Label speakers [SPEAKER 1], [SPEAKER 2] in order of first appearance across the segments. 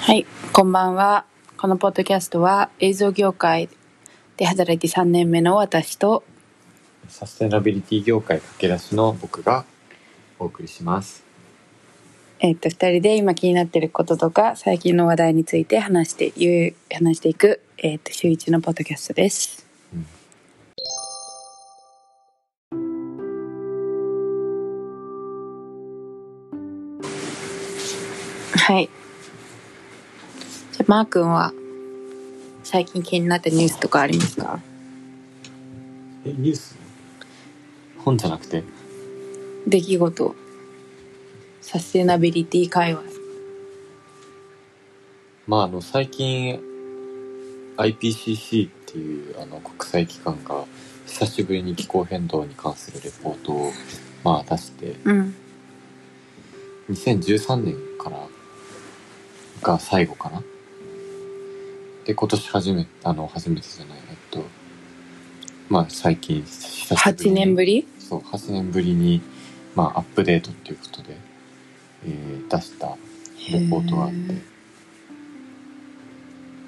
[SPEAKER 1] はい、こんばんは。このポッドキャストは映像業界で働いて3年目の私と
[SPEAKER 2] サステナビリティ業界駆け出しの僕がお送りします。
[SPEAKER 1] えっと、二人で今気になっていることとか、最近の話題について話して、ゆう話していく、えっと、週一のポッドキャストです。
[SPEAKER 2] うん
[SPEAKER 1] はい。じゃあ、マー君は、最近気になったニュースとかありますか
[SPEAKER 2] え、ニュース本じゃなくて
[SPEAKER 1] 出来事。サステナビリティ会話。
[SPEAKER 2] まあ、あの、最近 IPCC っていうあの国際機関が久しぶりに気候変動に関するレポートを、まあ、出して
[SPEAKER 1] うん。
[SPEAKER 2] 2013年からが最後かなで今年初めあの初めてじゃないえっとまあ最近久しぶり
[SPEAKER 1] 8
[SPEAKER 2] に
[SPEAKER 1] 年ぶり
[SPEAKER 2] そう8年ぶりに、まあ、アップデートっていうことで、えー出したレポートがあっ
[SPEAKER 1] へ
[SPEAKER 2] て
[SPEAKER 1] ー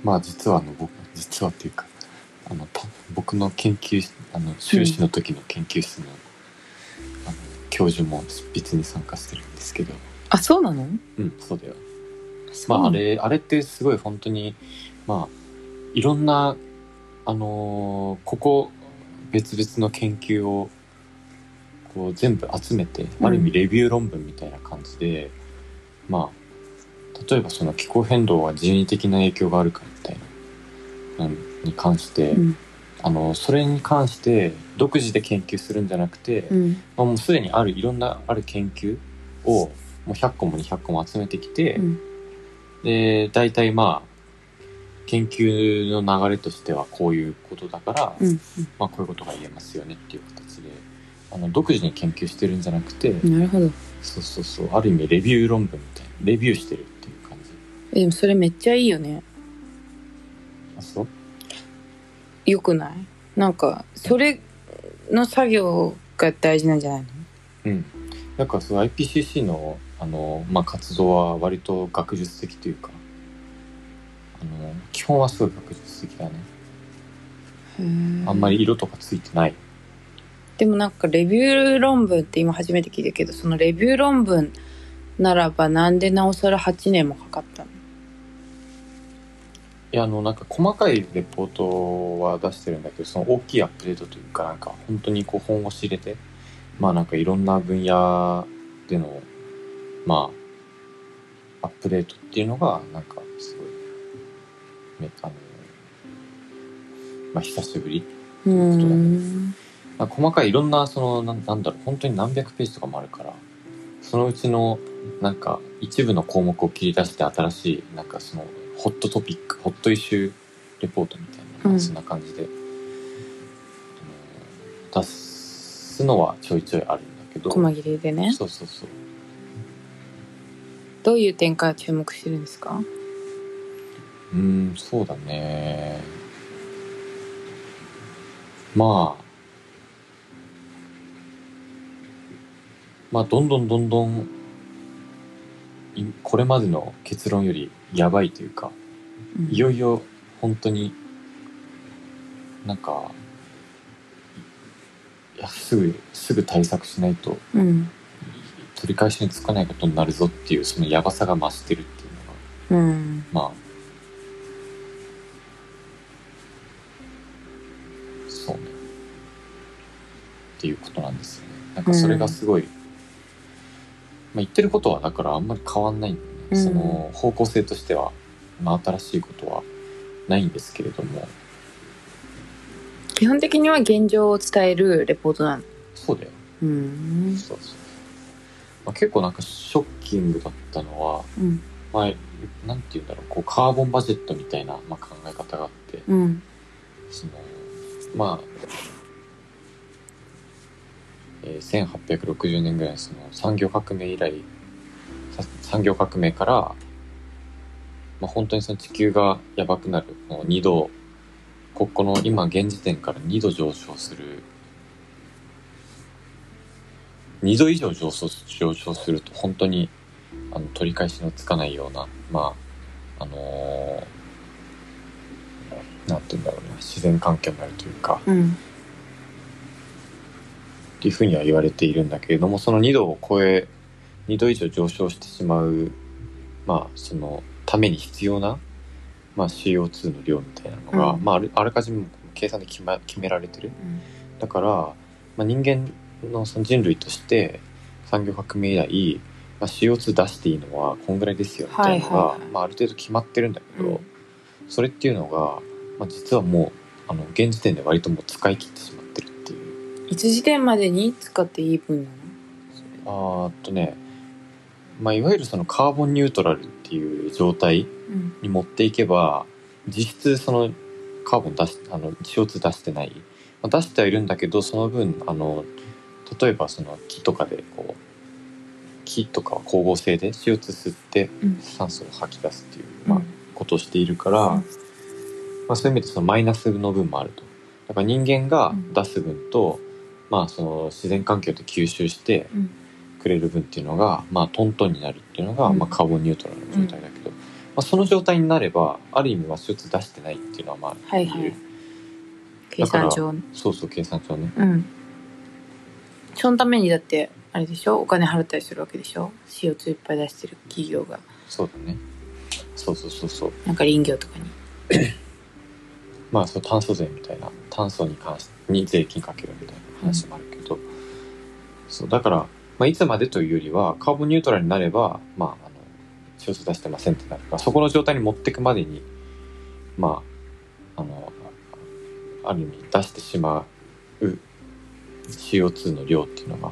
[SPEAKER 2] まあ実はあの僕実はっていうかあのた僕の研究室あの修士の時の研究室の,、あの教授も執筆に参加してるんですけど
[SPEAKER 1] あ、そうなの
[SPEAKER 2] うんそうだよ
[SPEAKER 1] そう
[SPEAKER 2] まあ
[SPEAKER 1] な
[SPEAKER 2] あ
[SPEAKER 1] の
[SPEAKER 2] れ、あれってすごい本当に、まあ、いろんな、あのーここ別々の研究をこう全部集めて、
[SPEAKER 1] うん
[SPEAKER 2] ある意味レビュー論文みたいな感じで、まあ、例えばその気候変動は人為的な影響があるかみたいな、なんに関して、
[SPEAKER 1] うん
[SPEAKER 2] あの、それに関して独自で研究するんじゃなくて、
[SPEAKER 1] うん
[SPEAKER 2] まあ、もうすでにあるいろんなある研究をもう100個も200個も集めてきて、
[SPEAKER 1] うん
[SPEAKER 2] で大体まあ研究の流れとしてはこういうことだから、
[SPEAKER 1] うん
[SPEAKER 2] まあ、こういうことが言えますよねっていう形であの独自に研究してるんじゃなくて、
[SPEAKER 1] うんなるほど
[SPEAKER 2] そうそうそうある意味レビュー論文みたいなレビューしてるっていう感じ
[SPEAKER 1] えでもそれめっちゃいいよね
[SPEAKER 2] あそう
[SPEAKER 1] よくないなんかそれの作業が大事なんじゃないの
[SPEAKER 2] うんなんかその IPCC のあの、まあ、活動は割と学術的というかあの基本はすごい学術的だねあんまり色とかついてない。
[SPEAKER 1] でもなんかレビュー論文って今初めて聞いたけどそのレビュー論文ならばなんでなおさら8年もかかったの
[SPEAKER 2] いや、あの、なんか細かいレポートは出してるんだけど、その大きいアップデートというか、なんか本当にこう本腰入れて、まあなんかいろんな分野での、まあ、アップデートっていうのが、なんかすごい、めあの、まあ久しぶり。
[SPEAKER 1] う
[SPEAKER 2] うだね
[SPEAKER 1] ん
[SPEAKER 2] なんか細かいいろんな、その、なんなんだろう、本当に何百ページとかもあるから、そのうちの、なんか、一部の項目を切り出して新しい、なんかその、ホットトピック、ホットイシューレポートみたいな、
[SPEAKER 1] うん
[SPEAKER 2] そんな感じで、あの出すのはちょいちょいあるんだけど、
[SPEAKER 1] 細切れでね
[SPEAKER 2] そうそうそう。
[SPEAKER 1] どういう展開を注目してるんですか
[SPEAKER 2] うーん、そうだね。まあ、まあ、どんどんどんどん、いこれまでの結論よりやばいというか、いよいよ本当に、なんか、いやすぐ、すぐ対策しないと
[SPEAKER 1] うん
[SPEAKER 2] 取り返しにつかないことになるぞっていう、そのやばさが増してるっていうのが、
[SPEAKER 1] うん
[SPEAKER 2] まあ、そうね。っていうことなんですよね。なんかそれがすごい、まあ言ってることはだからあんまり変わんないんだよ
[SPEAKER 1] う
[SPEAKER 2] ね。
[SPEAKER 1] ん
[SPEAKER 2] その方向性としては、まあ新しいことはないんですけれども、
[SPEAKER 1] 基本的には現状を伝えるレポートなの
[SPEAKER 2] そうだよ。
[SPEAKER 1] うん
[SPEAKER 2] そうそう。まあ、結構なんかショッキングだったのは、
[SPEAKER 1] うん
[SPEAKER 2] まあ、なんて言うんだろう、こうカーボンバジェットみたいな、まあ、考え方があって、
[SPEAKER 1] うん
[SPEAKER 2] そのまあ、えー1860年ぐらいのその産業革命以来さ産業革命から、まあ、本当にその地球がやばくなるこの2度ここの今現時点から2度上昇する2度以上上昇上昇すると本当にあの取り返しのつかないような、まあ、あのーなんて言うんだろうな、自然環境になるというか、
[SPEAKER 1] うん
[SPEAKER 2] っていうふうには言われているんだけれどもその2度を超え2度以上上昇してしまうまあそのために必要な、まあ、CO2 の量みたいなのが、
[SPEAKER 1] うん
[SPEAKER 2] まあ、あるあらかじめもう計算で決,、ま、決められてるだから、まあ、人間のその人類として産業革命以来、まあ、CO2 出していいのはこんぐらいですよみたいなのが、
[SPEAKER 1] はいはいはい
[SPEAKER 2] まあ、ある程度決まってるんだけど、
[SPEAKER 1] うん
[SPEAKER 2] それっていうのが、まあ、実はもうあの現時点で割ともう使い切ってしまってるっていう
[SPEAKER 1] いつ時点までに使っていい分なの
[SPEAKER 2] あーっとね、まあ、いわゆるそのカーボンニュートラルっていう状態
[SPEAKER 1] うん
[SPEAKER 2] に持っていけば実質そのカーボン出しあの CO2 出してない、まあ、出してはいるんだけどその分あの例えばその木とかでこう木とかは光合成で CO2 吸って
[SPEAKER 1] うん
[SPEAKER 2] 酸素を吐き出すっていう、まあ、ことをしているから、
[SPEAKER 1] うん
[SPEAKER 2] まあ、そういう意味でそのマイナスの分もあると。だから人間が出す分と、まあ、その自然環境で吸収して、
[SPEAKER 1] うん
[SPEAKER 2] くれる分っていうのが、まあ、トントンになるっていうのが、
[SPEAKER 1] うん
[SPEAKER 2] まあ、カーボンニュートラルの状態だけど、まあ、その状態になればある意味は CO2 出してないっていうのはまあ、
[SPEAKER 1] はいはい
[SPEAKER 2] いう
[SPEAKER 1] 計算上
[SPEAKER 2] そうそう計算上ね
[SPEAKER 1] うんそのためにだってあれでしょお金払ったりするわけでしょ CO2 いっぱい出してる企業が
[SPEAKER 2] そうだねそうそうそうそう
[SPEAKER 1] なんか林業とかに
[SPEAKER 2] まあそう炭素税みたいな炭素に関しに税金かけるみたいな話もあるけど、そうだから、まあ、いつまでというよりはカーボンニュートラルになればまああの CO2 出してませんってなるからそこの状態に持ってくまでにまああのある意味出してしまう CO2 の量っていうのが、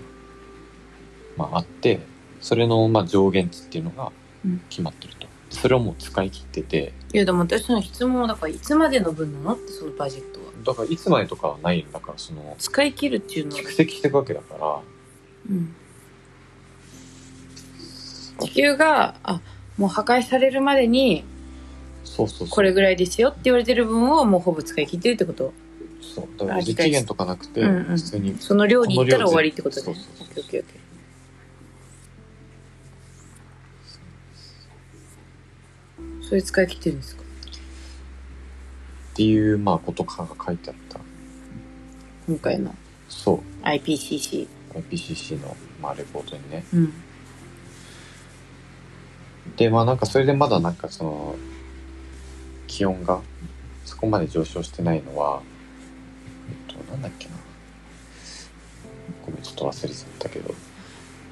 [SPEAKER 2] まあ、あってそれのまあ上限値っていうのが決まってると、それをもう使い切ってて、
[SPEAKER 1] いやでも私の質問はだからいつまでの分なのってそのバジェットは
[SPEAKER 2] だからいつまでとかはないんだからその
[SPEAKER 1] 使い切るっていうのは
[SPEAKER 2] 蓄積していくわけだから
[SPEAKER 1] うん地球があもう破壊されるまでに
[SPEAKER 2] そうそうそう
[SPEAKER 1] これぐらいですよって言われてる分をもうほぼ使い切ってるってこと
[SPEAKER 2] そうだから
[SPEAKER 1] あ理
[SPEAKER 2] 期
[SPEAKER 1] 解し
[SPEAKER 2] 限とかなくて
[SPEAKER 1] うんうん
[SPEAKER 2] 普通に
[SPEAKER 1] その量に行ったら終わりってこと
[SPEAKER 2] そ
[SPEAKER 1] ね
[SPEAKER 2] うそう
[SPEAKER 1] オ
[SPEAKER 2] そう
[SPEAKER 1] ッケーオッケーオッケーそれ使い切ってるんですか
[SPEAKER 2] っていうまあことかが書いてあった
[SPEAKER 1] 今回の
[SPEAKER 2] そう
[SPEAKER 1] IPCC
[SPEAKER 2] IPCC のまあレポートにね
[SPEAKER 1] うん
[SPEAKER 2] でまあなんかそれでまだなんかその気温がそこまで上昇してないのはえっとなんだっけなごめんちょっと忘れちゃったけど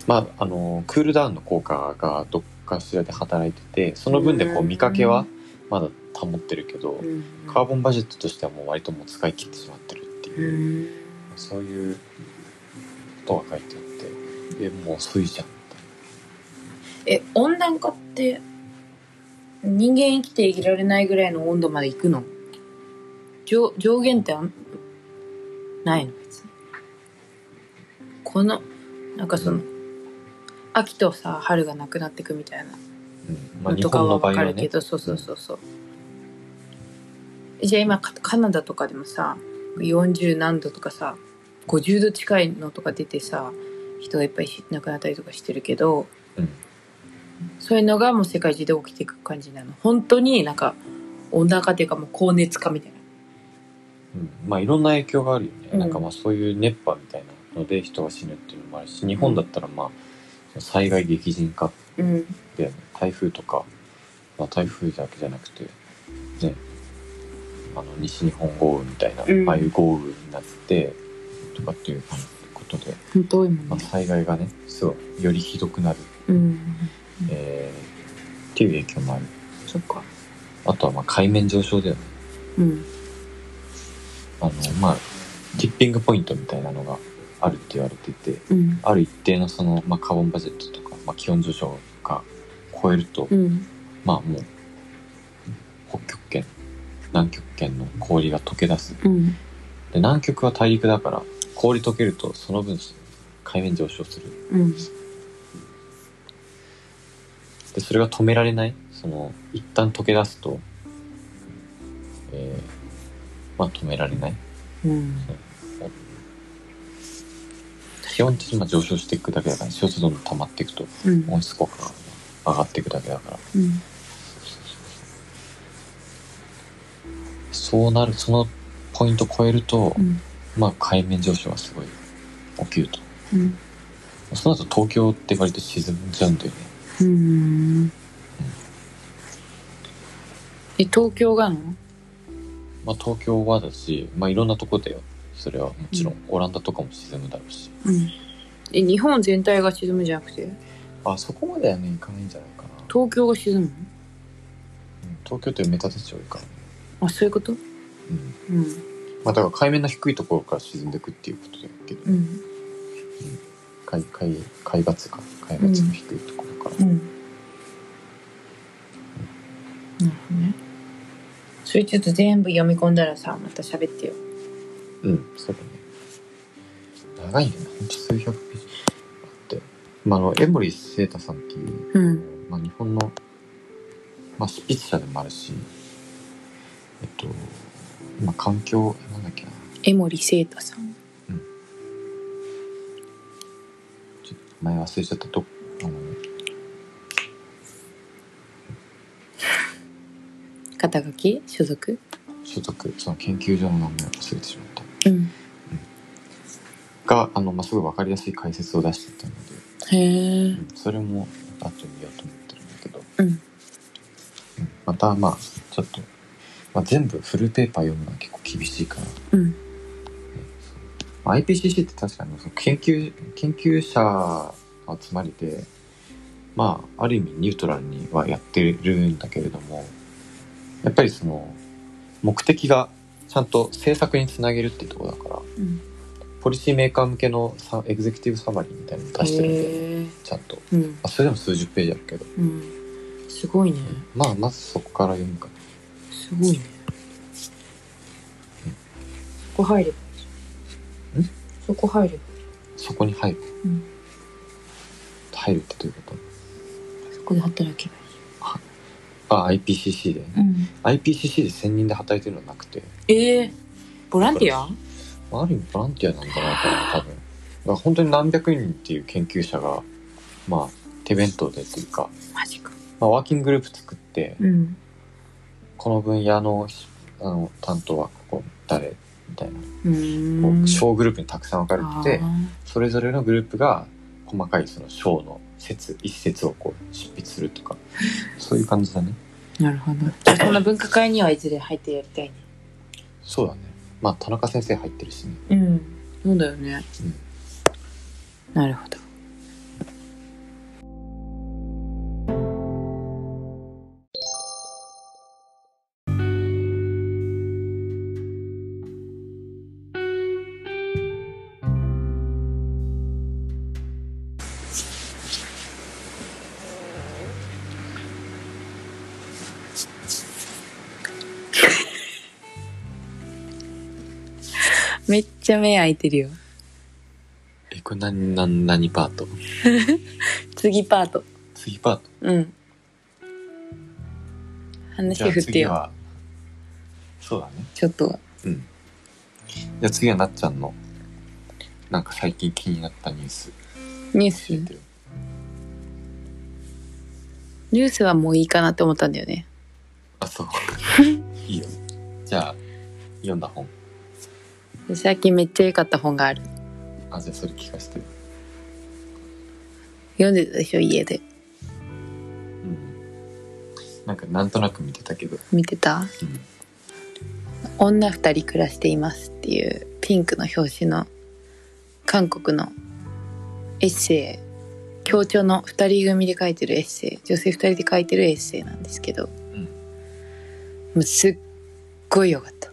[SPEAKER 2] まああのクールダウンの効果がどっかしらで働いててその分でこう見かけはまだ保ってるけど
[SPEAKER 1] うん
[SPEAKER 2] カーボンバジェットとしてはもう割ともう使い切ってしまってるって
[SPEAKER 1] う
[SPEAKER 2] いう、
[SPEAKER 1] ん
[SPEAKER 2] そういうことが書いてあってえもう遅いじゃん
[SPEAKER 1] え温暖化って人間生きていられないぐらいの温度まで行くの上上限ってあんないの別にこのなんかその、秋とさ春がなくなってくみたいな
[SPEAKER 2] うんまあ
[SPEAKER 1] の
[SPEAKER 2] 日
[SPEAKER 1] とか
[SPEAKER 2] 本
[SPEAKER 1] は
[SPEAKER 2] の場
[SPEAKER 1] わ
[SPEAKER 2] 合
[SPEAKER 1] か
[SPEAKER 2] は
[SPEAKER 1] るけ
[SPEAKER 2] ね
[SPEAKER 1] ど、そうそうそうそうえじゃあ今カカナダとかでもさ40何度とかさ50度近いのとか出てさ人がいっぱいし亡くなったりとかしてるけど、
[SPEAKER 2] うん
[SPEAKER 1] そういうのがもう世界中で起きていく感じなの本当になんか温暖化っていうかもう高熱化みたいな
[SPEAKER 2] うんまあいろんな影響があるよね、
[SPEAKER 1] うん
[SPEAKER 2] なんかまあそういう熱波みたいなので人が死ぬっていうのもあるし日本だったらまあその災害激甚化
[SPEAKER 1] うん
[SPEAKER 2] で台風とか、まあ、台風だけじゃなくてねあの西日本豪雨みたいな、
[SPEAKER 1] うん
[SPEAKER 2] ああいう豪雨になってとかっていうことで、
[SPEAKER 1] 本当多いも
[SPEAKER 2] ま
[SPEAKER 1] ん
[SPEAKER 2] あ、
[SPEAKER 1] ね
[SPEAKER 2] 災害がねすごいよりひどくなる、
[SPEAKER 1] うん
[SPEAKER 2] えーっていう影響もある
[SPEAKER 1] そっか
[SPEAKER 2] あとはまあ海面上昇だよね
[SPEAKER 1] うん
[SPEAKER 2] あのまあティッピングポイントみたいなのがあるって言われて
[SPEAKER 1] う
[SPEAKER 2] て
[SPEAKER 1] ん
[SPEAKER 2] ある一定のその、まあ、カーボンバジェットとか、まあ、気温上昇が超えると、
[SPEAKER 1] うん
[SPEAKER 2] まあもう北極圏南極圏の氷が溶け出す
[SPEAKER 1] うん
[SPEAKER 2] で南極は大陸だから氷溶けるとその分海面上昇する
[SPEAKER 1] うん
[SPEAKER 2] でそれが止められないその一旦溶け出すと、えーまあ止められない
[SPEAKER 1] うん
[SPEAKER 2] 気温って今上昇していくだけだからCO2 どんどん溜まっていくと
[SPEAKER 1] うん
[SPEAKER 2] 温室効果が上がっていくだけだから
[SPEAKER 1] うん
[SPEAKER 2] そうそうそうそうなる、そのポイント超えると、
[SPEAKER 1] うん
[SPEAKER 2] まあ海面上昇がすごい起きると。
[SPEAKER 1] うん
[SPEAKER 2] その後東京って割と沈んじゃうんだよね。
[SPEAKER 1] うんえ東京がの
[SPEAKER 2] まあ東京はだし、まあいろんなとこだよ。それはもちろん、オランダとかも沈むだろうし。
[SPEAKER 1] うんえ日本全体が沈むじゃなくて
[SPEAKER 2] あ、そこまではね、いかないんじゃないかな。
[SPEAKER 1] 東京が沈むの
[SPEAKER 2] うん東京って埋め立て地多いからね。
[SPEAKER 1] あそういうこと
[SPEAKER 2] うん。
[SPEAKER 1] うん
[SPEAKER 2] まあだから海面の低いところから沈んでいくっていうことだけど、
[SPEAKER 1] うん
[SPEAKER 2] 海、海、海抜か。海抜の低いところから。
[SPEAKER 1] うんなるほどねそれちょっと全部読み込んだらさまた喋ってよ
[SPEAKER 2] うん、そうだね。長いんだよね。ほんと数百ページ。あって。まあ、あの、江森聖太さんっていう、
[SPEAKER 1] うん
[SPEAKER 2] まあ、日本の、まあ、執筆者でもあるし、えっと、まあ、環境、なんだっけな。
[SPEAKER 1] 江森聖太さん
[SPEAKER 2] ちょっと名前忘れちゃったと、あの、
[SPEAKER 1] 肩書き所属
[SPEAKER 2] 所属、その研究所の名前を忘れてしまった。
[SPEAKER 1] うん
[SPEAKER 2] が、あの、まあ、すごいわかりやすい解説を出していたので、
[SPEAKER 1] へえ
[SPEAKER 2] うんそれも後で見ようと思ってるんだけど、
[SPEAKER 1] うん
[SPEAKER 2] うんまたまあちょっと、まあ、全部フルペーパー読むのは結構厳しいから、
[SPEAKER 1] うん
[SPEAKER 2] まあ IPCC って確かにその研究研究者集まりでまあある意味ニュートラルにはやってるんだけれどもやっぱりその目的がちゃんと政策につなげるっていうところだから
[SPEAKER 1] うん
[SPEAKER 2] ポリシーメーカー向けのさエグゼクティブサマリーみたいなのを出してるんで
[SPEAKER 1] へえ
[SPEAKER 2] ちゃんと、
[SPEAKER 1] うん
[SPEAKER 2] まあ、それでも数十ページあるけど
[SPEAKER 1] うんすごいね
[SPEAKER 2] まあまずそこから読むか
[SPEAKER 1] すごいねそこ入れば
[SPEAKER 2] ん
[SPEAKER 1] そこ入れば
[SPEAKER 2] そこに入る、
[SPEAKER 1] うん
[SPEAKER 2] 入るってどういうこ
[SPEAKER 1] そこで働けば
[SPEAKER 2] とあ IPCC で
[SPEAKER 1] いい、うん、
[SPEAKER 2] IPCC で1000人で働いてるのはなくて、
[SPEAKER 1] ええボランティア
[SPEAKER 2] まあ、ある意味ボランティアなんじゃないかな多分だから本当に何百人っていう研究者がまあ手弁当でというか、
[SPEAKER 1] マジか
[SPEAKER 2] まあ、ワーキンググループ作って
[SPEAKER 1] うん
[SPEAKER 2] この分野のあの担当はここ誰みたいな
[SPEAKER 1] う
[SPEAKER 2] こ
[SPEAKER 1] ーん
[SPEAKER 2] う小グループにたくさん分かれてて
[SPEAKER 1] あ
[SPEAKER 2] それぞれのグループが細かいその章の説一節をこう執筆するとかそういう感じだね
[SPEAKER 1] ーなるほどじゃあその分科会にはいずれ入ってやりたいね
[SPEAKER 2] そうだね。まあ、田中先生入ってるしね。
[SPEAKER 1] うんそうだよね
[SPEAKER 2] うん
[SPEAKER 1] なるほどめっちゃ目開いてるよ
[SPEAKER 2] え、これ何、何、何パート
[SPEAKER 1] 次パート
[SPEAKER 2] 次パート。
[SPEAKER 1] うん話振って
[SPEAKER 2] 次
[SPEAKER 1] よ
[SPEAKER 2] は、そうだね。
[SPEAKER 1] ちょっとは
[SPEAKER 2] じゃあ次はなっちゃんの、なんか最近気になったニュース
[SPEAKER 1] ニュ
[SPEAKER 2] 教え
[SPEAKER 1] ース
[SPEAKER 2] てよ。
[SPEAKER 1] ニュースはもういいかなって思ったんだよね
[SPEAKER 2] あ、そう。 いいよ。じゃあ、読んだ本。
[SPEAKER 1] で最近めっちゃ良かった本がある
[SPEAKER 2] あ、じゃあそれ聞かせてよ。
[SPEAKER 1] 読んでたでしょ家で
[SPEAKER 2] うん。なんか、なんとなく見てたけど。
[SPEAKER 1] 見てた
[SPEAKER 2] うん。
[SPEAKER 1] 「女二人暮らしています」っていうピンクの表紙の韓国のエッセイ協調の二人組で書いてるエッセイ女性二人で書いてるエッセイなんですけど、
[SPEAKER 2] ん
[SPEAKER 1] もうすっごい良かった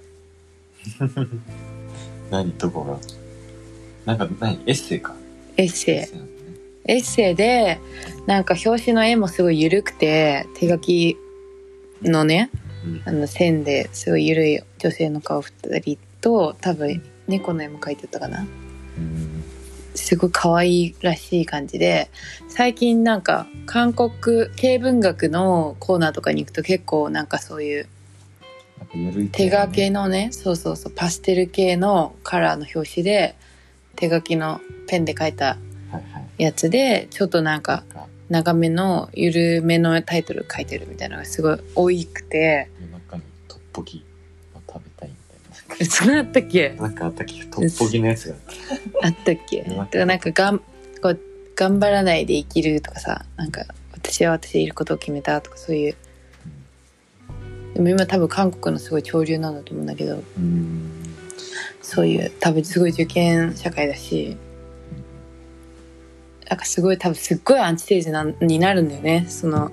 [SPEAKER 2] 何どこがなんか、何エッセイか。
[SPEAKER 1] エッセイ
[SPEAKER 2] エッセイなんだね。
[SPEAKER 1] エッセイでなんか表紙の絵もすごい緩くて手書きのね
[SPEAKER 2] うん
[SPEAKER 1] あの線ですごい緩い女性の顔2人と多分猫の絵も描いてたかな
[SPEAKER 2] うん。
[SPEAKER 1] すごい可愛いらしい感じで最近なんか韓国系文学のコーナーとかに行くと結構なんかそういう
[SPEAKER 2] なんか、ゆるい
[SPEAKER 1] 手
[SPEAKER 2] だ
[SPEAKER 1] 書
[SPEAKER 2] ね
[SPEAKER 1] きのねそうそうそうパステル系のカラーの表紙で手書きのペンで描いた
[SPEAKER 2] はいはい。
[SPEAKER 1] やつでちょっとなん
[SPEAKER 2] な
[SPEAKER 1] か
[SPEAKER 2] んか、
[SPEAKER 1] 長めの緩めのタイトル書いてるみたいなのがすごい多くて
[SPEAKER 2] 夜中にトッポギを食
[SPEAKER 1] そんなあったっけ
[SPEAKER 2] なんかあったっけトッポギのやつが
[SPEAKER 1] あったっけ
[SPEAKER 2] うん
[SPEAKER 1] だからなんかがんこう頑張らないで生きるとかさなんか私は私でいることを決めたとかそういうでも今多分韓国のすごい潮流なんだと思うんだけど
[SPEAKER 2] うーん
[SPEAKER 1] そういう多分すごい受験社会だしなんかすごい多分すっごいアンチテーゼなんになるんだよねその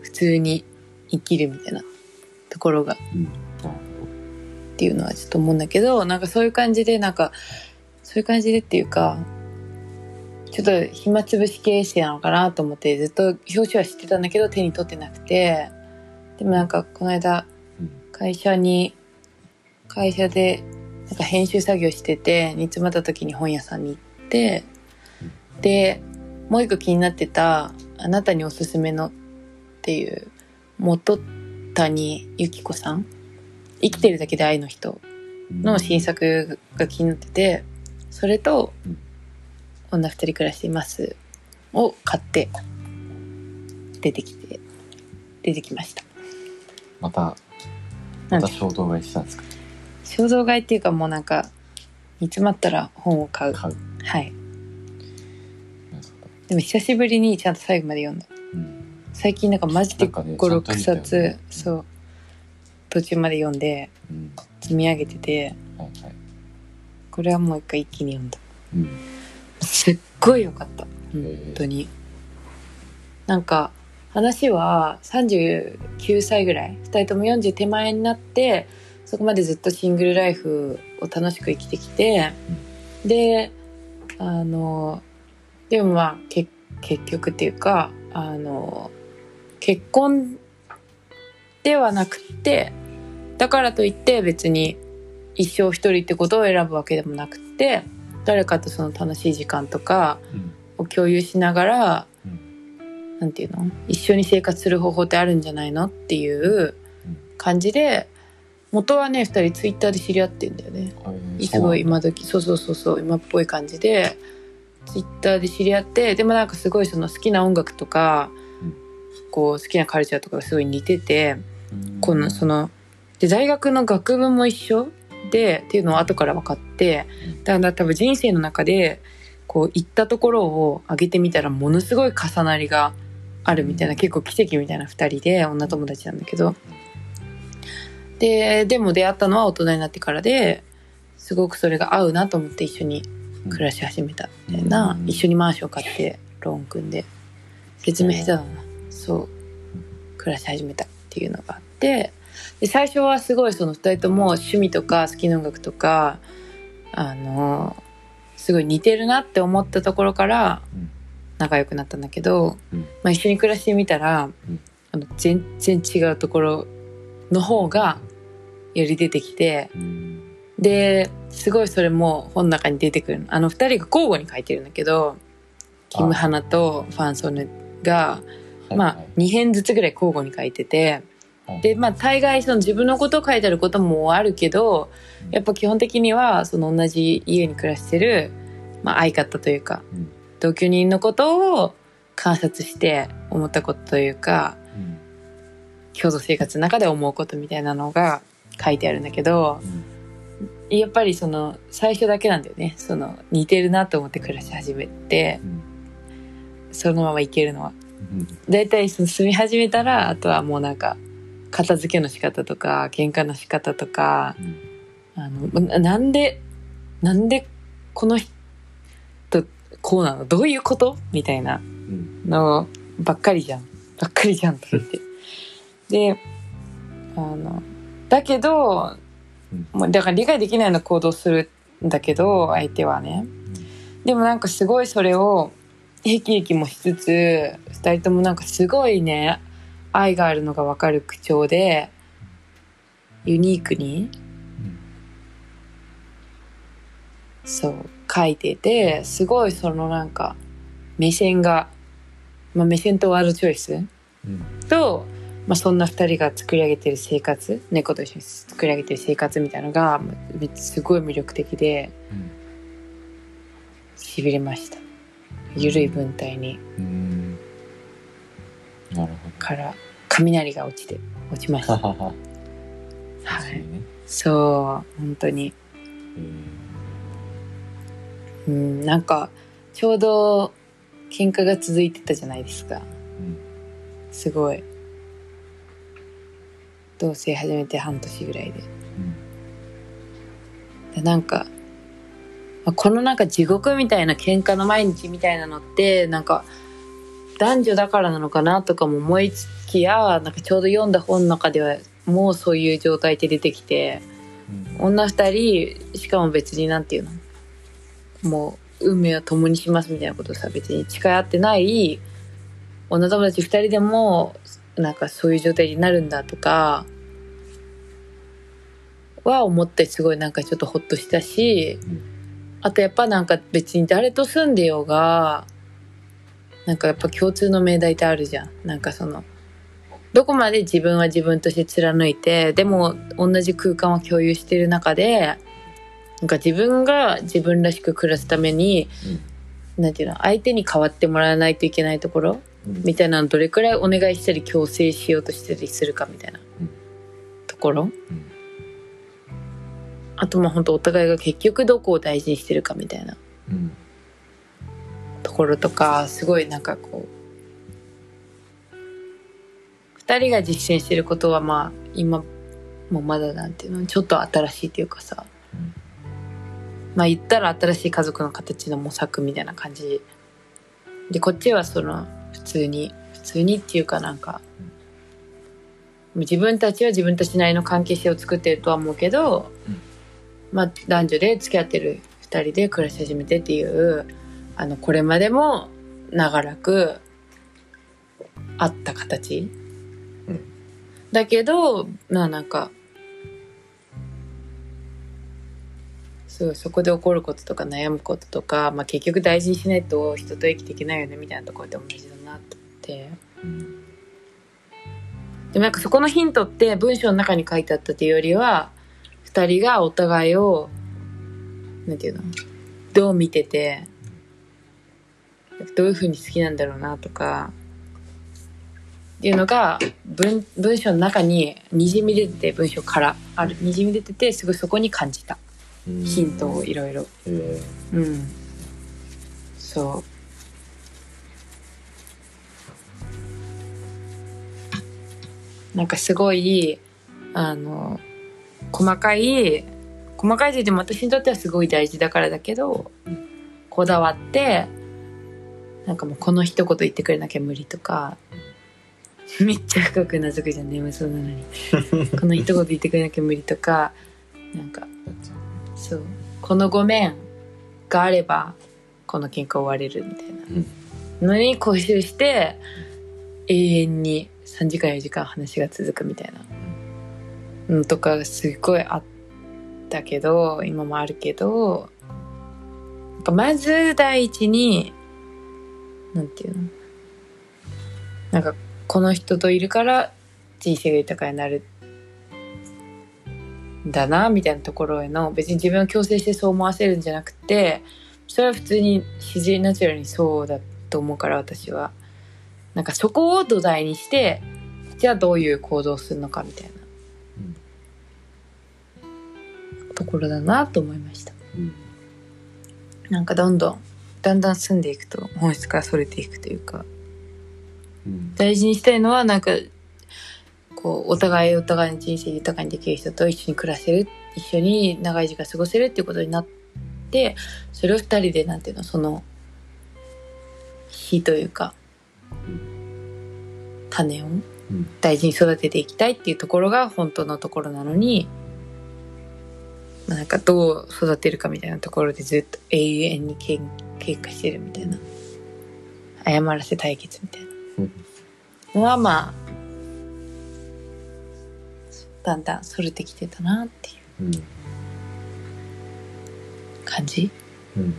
[SPEAKER 1] 普通に生きるみたいなところが
[SPEAKER 2] なる
[SPEAKER 1] っていうのはちょっと思うんだけどなんかそういう感じでなんかそういう感じでっていうかちょっと暇つぶし経営者なのかなと思ってずっと表紙は知ってたんだけど手に取ってなくてでもなんかこの間
[SPEAKER 2] うん
[SPEAKER 1] 会社に会社でなんか編集作業してて煮詰まった時に本屋さんに行ってでもう一個気になってた「あなたにおすすめの」っていう元谷由紀子さん「生きてるだけで愛の人」
[SPEAKER 2] ほど
[SPEAKER 1] の新作が気になっててそれと
[SPEAKER 2] うん
[SPEAKER 1] 「女二人暮らしています」を買って出てきて出てきました
[SPEAKER 2] また
[SPEAKER 1] な
[SPEAKER 2] ま
[SPEAKER 1] ん
[SPEAKER 2] た
[SPEAKER 1] で
[SPEAKER 2] 衝動買いしたんですか
[SPEAKER 1] 衝動買いっていうかもうなんか煮詰まったら本を買う
[SPEAKER 2] 買う
[SPEAKER 1] はい
[SPEAKER 2] なるほど
[SPEAKER 1] でも久しぶりにちゃんと最後まで読んだ
[SPEAKER 2] うん
[SPEAKER 1] 最近なんかマジで
[SPEAKER 2] なんか
[SPEAKER 1] 56
[SPEAKER 2] ねちゃんと見たよ
[SPEAKER 1] 冊
[SPEAKER 2] ね
[SPEAKER 1] そう途中まで読んで
[SPEAKER 2] うん
[SPEAKER 1] 積み上げてて
[SPEAKER 2] はいはい
[SPEAKER 1] これはもう一回一気に読んだ
[SPEAKER 2] うん
[SPEAKER 1] すっごい良かった
[SPEAKER 2] ー
[SPEAKER 1] 本当になんか話は39歳ぐらい2人とも40手前になってそこまでずっとシングルライフを楽しく生きてきてであのでもまあけ結局っていうかあの結婚ではなくてだからといって別に一生一人ってことを選ぶわけでもなくて誰かとその楽しい時間とか
[SPEAKER 2] うん
[SPEAKER 1] を共有しながら、
[SPEAKER 2] う
[SPEAKER 1] なんていうの一緒に生活する方法ってあるんじゃないのっていう感じで元はね2人ツイッターで知り合ってんだよね
[SPEAKER 2] あえー
[SPEAKER 1] すごい
[SPEAKER 2] そうな
[SPEAKER 1] 今
[SPEAKER 2] んだ
[SPEAKER 1] 時そうそうそうそう今っぽい感じでツイッターで知り合ってでもなんかすごいその好きな音楽とか、
[SPEAKER 2] うん
[SPEAKER 1] こう好きなカルチャーとかがすごい似てて、
[SPEAKER 2] うん
[SPEAKER 1] このそので大学の学部も一緒でっていうのを後から分かって
[SPEAKER 2] うん
[SPEAKER 1] だから多分人生の中でこう行ったところを上げてみたらものすごい重なりがあるみたいな結構奇跡みたいな2人で女友達なんだけどででも出会ったのは大人になってからですごくそれが合うなと思って一緒に暮らし始めたみたいな、
[SPEAKER 2] うん
[SPEAKER 1] 一緒にマンション買ってローン組んで説明下手だなそう暮らし始めたっていうのがあってで最初はすごいその2人とも趣味とか好きな音楽とかあのすごい似てるなって思ったところから
[SPEAKER 2] うん
[SPEAKER 1] 仲良くなったんだけど、
[SPEAKER 2] うん
[SPEAKER 1] まあ、一緒に暮らしてみたら、
[SPEAKER 2] うん
[SPEAKER 1] あの全然違うところの方がより出てきて。
[SPEAKER 2] うん
[SPEAKER 1] ですごいそれも本の中に出てくるのあの2人が交互に書いてるんだけどキム・ハナとファン・ソヌが
[SPEAKER 2] はい
[SPEAKER 1] まあ
[SPEAKER 2] はい
[SPEAKER 1] 2編ずつぐらい交互に書いてて
[SPEAKER 2] はい
[SPEAKER 1] でまあ大概その自分のことを書いてあることもあるけど
[SPEAKER 2] うん
[SPEAKER 1] やっぱ基本的にはその同じ家に暮らしてる、まあ、相方というか
[SPEAKER 2] うん
[SPEAKER 1] 同居人のことを観察して思ったことというか
[SPEAKER 2] うん
[SPEAKER 1] 共同生活の中で思うことみたいなのが書いてあるんだけど
[SPEAKER 2] うん
[SPEAKER 1] やっぱりその最初だけなんだよねその似てるなと思って暮らし始めて
[SPEAKER 2] うん
[SPEAKER 1] そのままいけるのは
[SPEAKER 2] うん
[SPEAKER 1] だいたいその住み始めたらあとはもうなんか片付けの仕方とか喧嘩の仕方とか
[SPEAKER 2] うん
[SPEAKER 1] あのななんでなんでこの人こうなのどういうことみたいな
[SPEAKER 2] うん
[SPEAKER 1] のばっかりじゃんばっかりじゃんとか言ってであのだけど
[SPEAKER 2] うん
[SPEAKER 1] もうだから理解できないような行動するんだけど相手はねでもなんかすごいそれをへきへきもしつつ2人ともなんかすごいね愛があるのが分かる口調でユニークにそう書いててすごいそのなんか目線が、まあ、目線とワードチョイス
[SPEAKER 2] うん
[SPEAKER 1] と、まあ、そんな2人が作り上げてる生活猫と一緒に作り上げてる生活みたいのがめすごい魅力的で
[SPEAKER 2] うん
[SPEAKER 1] しびれました緩い文体に
[SPEAKER 2] うーんなる
[SPEAKER 1] から雷が落ちて落ちまし
[SPEAKER 2] ほ
[SPEAKER 1] た
[SPEAKER 2] ど。ははは。
[SPEAKER 1] は
[SPEAKER 2] そう
[SPEAKER 1] い
[SPEAKER 2] ね。
[SPEAKER 1] そう本当に
[SPEAKER 2] うん
[SPEAKER 1] うんなんかちょうど喧嘩が続いてたじゃないですかすごい同棲始めて半年ぐらいででなんかまあこのなんか地獄みたいな喧嘩の毎日みたいなのってなんか男女だからなのかなとかも思いつきやなんかちょうど読んだ本の中ではもうそういう状態って出てきて
[SPEAKER 2] うん
[SPEAKER 1] 女2人しかも別になんていうのもう運命を共にしますみたいなことをさ別に誓い合ってない女友達2人でもなんかそういう状態になるんだとかは思ってすごいなんかちょっとホッとしたし
[SPEAKER 2] うん
[SPEAKER 1] あとやっぱなんか別に誰と住んでようがなんかやっぱ共通の命題ってあるじゃんなんかそのどこまで自分は自分として貫いてでも同じ空間を共有している中でなんか自分が自分らしく暮らすために、なんていうの相手に変わってもらわないといけないところ
[SPEAKER 2] うん
[SPEAKER 1] みたいなのどれくらいお願いしたり強制しようとしたりするかみたいな
[SPEAKER 2] うん
[SPEAKER 1] ところ、あとまあ本当お互いが結局どこを大事にしてるかみたいな
[SPEAKER 2] うん
[SPEAKER 1] ところとかすごいなんかこう2人が実践してることはまあ今もまだなんていうのちょっと新しいというかさ
[SPEAKER 2] うん
[SPEAKER 1] まあ言ったら新しい家族の形の模索みたいな感じでこっちはその普通に普通にっていうかなんか自分たちは自分たちなりの関係性を作ってるとは思うけど、
[SPEAKER 2] うん
[SPEAKER 1] まあ男女で付き合ってる2人で暮らし始めてっていうあのこれまでも長らくあった形、
[SPEAKER 2] うん
[SPEAKER 1] だけどまあなんかすごいそこで起こることとか悩むこととか、まあ、結局大事にしないと人と生きていけないよねみたいなところで同じだなと思って
[SPEAKER 2] うん
[SPEAKER 1] でもなんかそこのヒントって文章の中に書いてあったというよりは2人がお互いをなんていうのどう見ててどういうふうに好きなんだろうなとかっていうのが文文章の中ににじみ出てて文章からあるにじみ出ててすごいそこに感じた
[SPEAKER 2] うん
[SPEAKER 1] ヒントをいろいろ。
[SPEAKER 2] え
[SPEAKER 1] うんそうなんかすごいあの細かい細かいといっても私にとってはすごい大事だからだけどこだわってなんかもうこの一言言ってくれなきゃ無理とかめっちゃ深くなずくじゃん眠そうなのにこの一言言ってくれなきゃ無理とかなんか
[SPEAKER 2] ーなっちゃ
[SPEAKER 1] そうこの「ごめん」があればこの喧嘩終われるみたいな
[SPEAKER 2] ううん
[SPEAKER 1] のに固執して永遠に3時間4時間話が続くみたいなのとかがすっごいあったけど今もあるけどなんかまず第一になんていうのなんかこの人といるから人生が豊かになるんだなみたいなところへの別に自分を強制してそう思わせるんじゃなくてそれは普通に自然ナチュラルにそうだと思うから私はなんかそこを土台にしてじゃあどういう行動をするのかみたいな、ところだなと思いました
[SPEAKER 2] うん
[SPEAKER 1] なんかどんどんだんだん住んでいくと本質からそれていくというか
[SPEAKER 2] うん
[SPEAKER 1] 大事にしたいのはなんかこうお互いお互いの人生豊かにできる人と一緒に暮らせる一緒に長い時間過ごせるっていうことになってそれを二人でなんていうのその火というか種を
[SPEAKER 2] うん
[SPEAKER 1] 大事に育てていきたいっていうところが本当のところなのにまあなんかどう育てるかみたいなところでずっと永遠にけん喧嘩してるみたいな謝らせ対決みたいな。はまあだんだんそれてきてたなってい
[SPEAKER 2] うん
[SPEAKER 1] う感じ
[SPEAKER 2] うん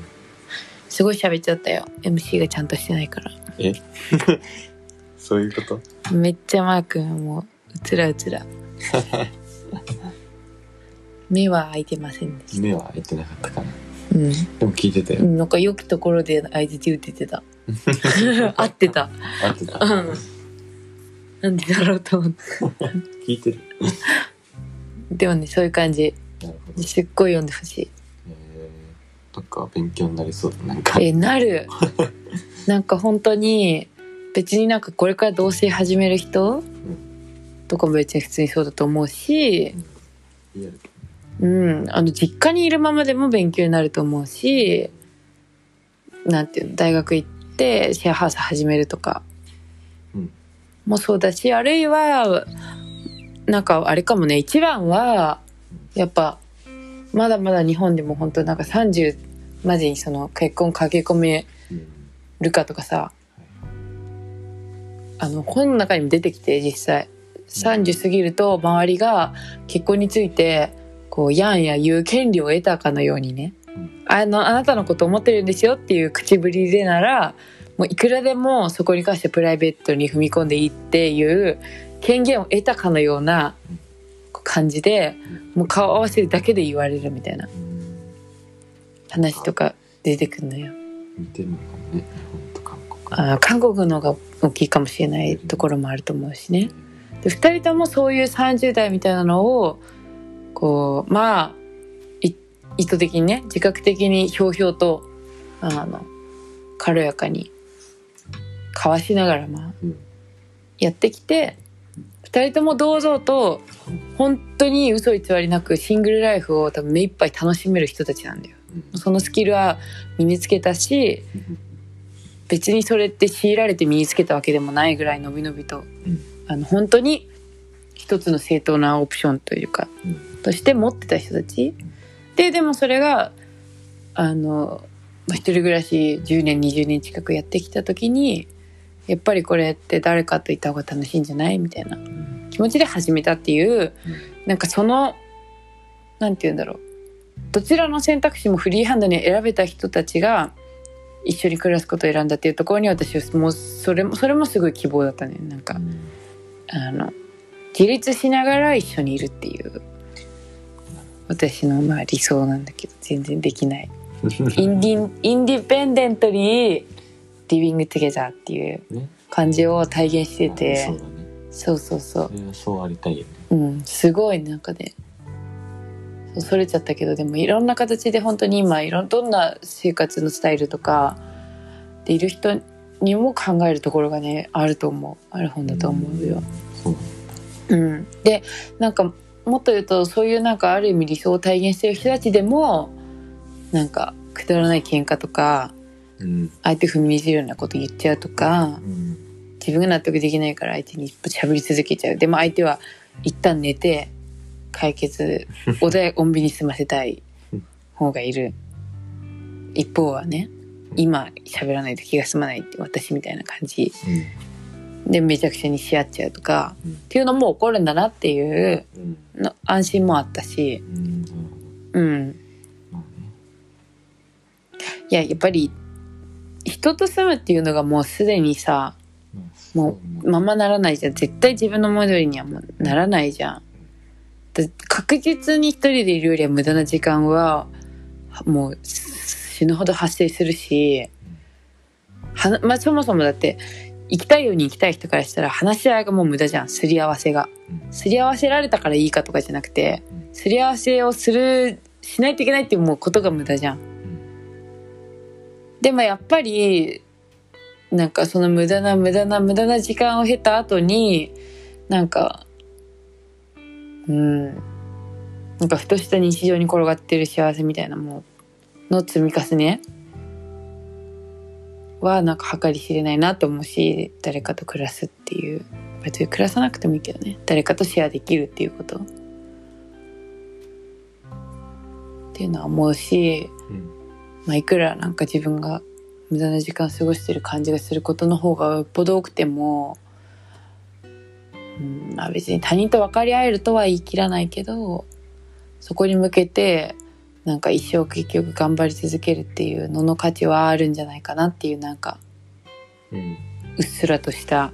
[SPEAKER 1] すごい喋っちゃったよ MC がちゃんとしてないから
[SPEAKER 2] そういうこと
[SPEAKER 1] めっちゃマー君はもううつらうつ ら目は開いてませんでし
[SPEAKER 2] 目は開いてなかったかな
[SPEAKER 1] たうん
[SPEAKER 2] でも聞いてた
[SPEAKER 1] う
[SPEAKER 2] よ
[SPEAKER 1] んなんか良きところで相槌打てて た合ってた
[SPEAKER 2] 合ってた
[SPEAKER 1] うんなんでだろうと思って
[SPEAKER 2] 聞いてる
[SPEAKER 1] でもね、そういう感じ。
[SPEAKER 3] なるほど。
[SPEAKER 1] すっごい読んでほしい。
[SPEAKER 3] えー、なんか勉強になりそうだ。なんか。
[SPEAKER 1] え、なる。なんか本当に、別になんかこれから同棲始める人とかも別に普通にそうだと思うし、
[SPEAKER 3] リアル
[SPEAKER 1] うん、あの実家にいるままでも勉強になると思うし、なんていうの、大学行ってシェアハウス始めるとか
[SPEAKER 3] うん
[SPEAKER 1] もそうだし、あるいは、なんかあれかもね、一番は、やっぱ、まだまだ日本でも本当なんか30までにその結婚駆け込め
[SPEAKER 3] うん
[SPEAKER 1] るかとかさ、あの本の中にも出てきて実際30過ぎると周りが結婚についてこうやんや言う権利を得たかのようにね、
[SPEAKER 3] うん
[SPEAKER 1] あのあなたのこと思ってるんですよっていう口ぶりでならもういくらでもそこに関してプライベートに踏み込んでいいっていう権限を得たかのような
[SPEAKER 3] うん
[SPEAKER 1] こう感じでもう顔合わせるだけで言われるみたいな
[SPEAKER 3] うん
[SPEAKER 1] 話とか出てくるのよ。
[SPEAKER 3] 似てるのかもね。日本と韓国。
[SPEAKER 1] あー韓国の方が大きいかもしれないところもあると思うしね。で2人ともそういう30代みたいなのをこうまあい意図的にね自覚的にひょうひょうとあの軽やかにかわしながら、まあ
[SPEAKER 3] うん
[SPEAKER 1] やってきて2人とも堂々と本当に嘘偽りなくシングルライフを多分目いっぱい楽しめる人たちなんだよ。
[SPEAKER 3] うん
[SPEAKER 1] そのスキルは身につけたし別にそれって強いられて身につけたわけでもないぐらいのびのびと、
[SPEAKER 3] うん
[SPEAKER 1] あの本当に一つの正当なオプションというか、
[SPEAKER 3] うん
[SPEAKER 1] として持ってた人たち、ででもそれがあのまあ一人暮らし10年20年近くやってきた時にやっぱりこれって誰かといた方が楽しいんじゃないみたいな気持ちで始めたっていう、
[SPEAKER 3] うん
[SPEAKER 1] なんかそのなんて言うんだろうどちらの選択肢もフリーハンドに選べた人たちが一緒に暮らすことを選んだっていうところに私はもうそれもそれもすごい希望だったねなんか、
[SPEAKER 3] うん
[SPEAKER 1] あの自立しながら一緒にいるっていう私のまあ理想なんだけど全然できないインディインディペンデントリーリビングトゥゲザーっていう
[SPEAKER 3] ね
[SPEAKER 1] 感じを体現し
[SPEAKER 3] そう
[SPEAKER 1] てて
[SPEAKER 3] だね。
[SPEAKER 1] そうそうそう
[SPEAKER 3] それはそうありたいよね。
[SPEAKER 1] うん、すごいなんかねそうそれちゃったけどでもいろんな形で本当に今いろんどんな生活のスタイルとかでいる人にも考えるところがねあると思うある本だと思うよ。
[SPEAKER 3] そうだね。
[SPEAKER 1] うん、でなんかもっと言うとそういうなんかある意味理想を体現してる人たちでもなんかくだらない喧嘩とか
[SPEAKER 3] うん。
[SPEAKER 1] 相手踏みにじるようなこと言っちゃうとか
[SPEAKER 3] うん。
[SPEAKER 1] 自分が納得できないから相手に喋り続けちゃうでも相手は一旦寝て解決お題穏便に済ませたい方がいる一方はね今喋らないと気が済まないって私みたいな感じでめちゃくちゃにし合っちゃうとか、
[SPEAKER 3] うん
[SPEAKER 1] っていうのも起こるんだなっていう
[SPEAKER 3] うん。
[SPEAKER 1] の安心もあったし
[SPEAKER 3] うん。なるほど。
[SPEAKER 1] うん
[SPEAKER 3] まあね。
[SPEAKER 1] いややっぱり人と住むっていうのがもうすでにさ
[SPEAKER 3] まあ
[SPEAKER 1] もうままならないじゃん絶対自分の思い通りにはもうならないじゃんだ確実に一人でいるよりは無駄な時間はもう死ぬほど発生するしはな、まあ、そもそもだって行きたいように行きたい人からしたら話し合いがもう無駄じゃんすり合わせが
[SPEAKER 3] うん
[SPEAKER 1] すり合わせられたからいいかとかじゃなくて
[SPEAKER 3] うん
[SPEAKER 1] すり合わせをするしないといけないっていうもうことが無駄じゃん
[SPEAKER 3] うん
[SPEAKER 1] でもやっぱりなんかその無駄な無駄な無駄な時間を経た後になんかうんなんかふとした日常に転がってる幸せみたいなものの積み重ねはなんか計り知れないなと思うし誰かと暮らすっていう別に暮らさなくてもいいけどね誰かとシェアできるっていうことっていうのは思うし
[SPEAKER 3] うん
[SPEAKER 1] まあ、いくらなんか自分が無駄な時間を過ごしてる感じがすることの方がよっぽど多くても、うんまあ、別に他人と分かり合えるとは言い切らないけどそこに向けてなんか一生結局頑張り続けるっていうのの価値はあるんじゃないかなっていうなんか
[SPEAKER 3] うん。
[SPEAKER 1] うっすらとした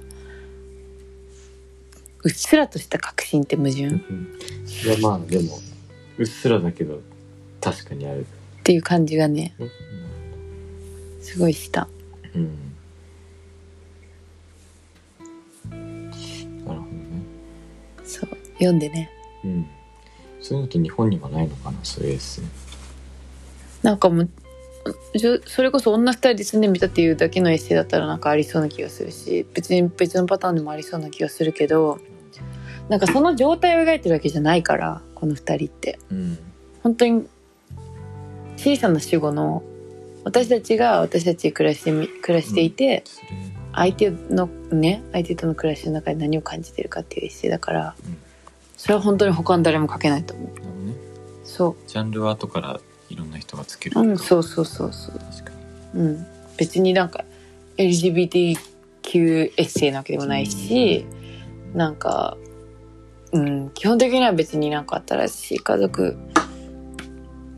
[SPEAKER 1] うっすらとした確信って矛盾っ
[SPEAKER 3] うんいやまあでもうっすらだけど確かにある、
[SPEAKER 1] ていう感じがね
[SPEAKER 3] ね
[SPEAKER 1] すごいした。
[SPEAKER 3] うん、なるほどね、
[SPEAKER 1] そう読んでね
[SPEAKER 3] うん、そういうのって日本にはないのかなそういうエース
[SPEAKER 1] なんかもうじょそれこそ女二人で住んでみたっていうだけのエッセイだったらなんかありそうな気がするし別に別のパターンでもありそうな気がするけどなんかその状態を描いてるわけじゃないからこの二人って
[SPEAKER 3] うん
[SPEAKER 1] 本当に小さな死後の私たちが私たちで暮らしてみ暮らしていて、
[SPEAKER 3] それう
[SPEAKER 1] 相手のね相手との暮らしの中で何を感じてるかっていうエッセイだから、
[SPEAKER 3] うん
[SPEAKER 1] それは本当に他の誰も書けないと思うん
[SPEAKER 3] なるほどね
[SPEAKER 1] そ
[SPEAKER 3] ジャンルは後からいろんな人がつける
[SPEAKER 1] ううんそううそうそうそう
[SPEAKER 3] 確かに
[SPEAKER 1] うん別になんか LGBTQ エッセイなわけでもないしなんかうん基本的には別になんか新しい家族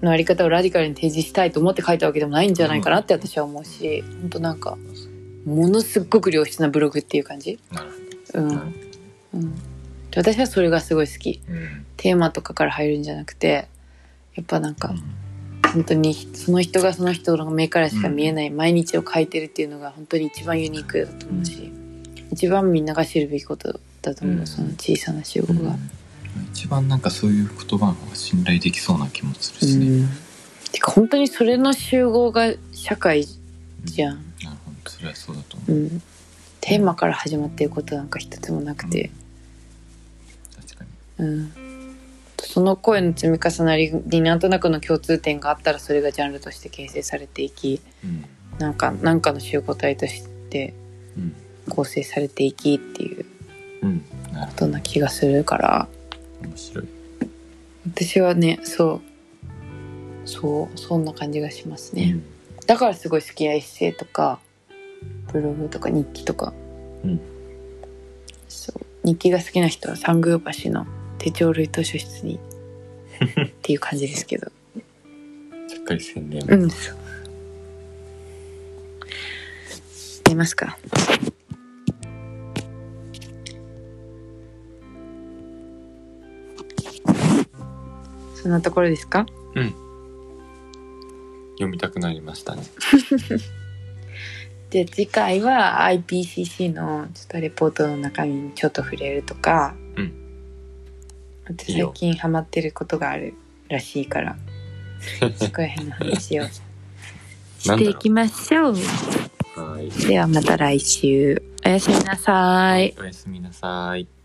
[SPEAKER 1] のあり方をラディカルに提示したいと思って書いたわけでもないんじゃないかなって私は思うし本当なんかものすっごく良質なブログっていう感じ
[SPEAKER 3] なる
[SPEAKER 1] うん、
[SPEAKER 3] ほど、
[SPEAKER 1] うん、で私はそれがすごい好き
[SPEAKER 3] うん
[SPEAKER 1] テーマとかから入るんじゃなくてやっぱなんか本当にその人がその人の目からしか見えない毎日を書いてるっていうのが本当に一番ユニークだと思うし、一番みんなが知るべきことだと思う、
[SPEAKER 3] うん
[SPEAKER 1] その小さな仕事
[SPEAKER 3] うん
[SPEAKER 1] が。
[SPEAKER 3] 一番なんかそういう言葉の方が信頼できそうな気もするしね、
[SPEAKER 1] うんてか本当にそれの集合が社会じゃん、
[SPEAKER 3] なるほどそれはそうだと思う、
[SPEAKER 1] うん、テーマから始まってることなんか一つもなくて。
[SPEAKER 3] 確かに
[SPEAKER 1] うん、その声の積み重なりになんとなくの共通点があったらそれがジャンルとして形成されていき
[SPEAKER 3] うん
[SPEAKER 1] なんかなんかの集合体として
[SPEAKER 3] うん
[SPEAKER 1] 構成されていきっていう
[SPEAKER 3] うんなる
[SPEAKER 1] ことな気がするから
[SPEAKER 3] ほど面白い
[SPEAKER 1] 私はねそうそうそんな感じがしますね、だからすごい好きなエッセイとかブログとか日記とか、
[SPEAKER 3] うん
[SPEAKER 1] そう日記が好きな人は三宮橋の手帳類図書室にっていう感じで すけど
[SPEAKER 3] うん、しっかり宣伝、
[SPEAKER 1] うん。見ますか。そんなところですか。
[SPEAKER 3] 読みたくなりましたね
[SPEAKER 1] で次回は IPCC のちょっとレポートの中身にちょっと触れるとか、
[SPEAKER 3] うん
[SPEAKER 1] あと
[SPEAKER 3] いいよ
[SPEAKER 1] 最近ハマってることがあるらしいから そこら辺の話をしていきましょう。
[SPEAKER 3] はい
[SPEAKER 1] ではまた来週おやすみなさい。
[SPEAKER 3] おやすみなさい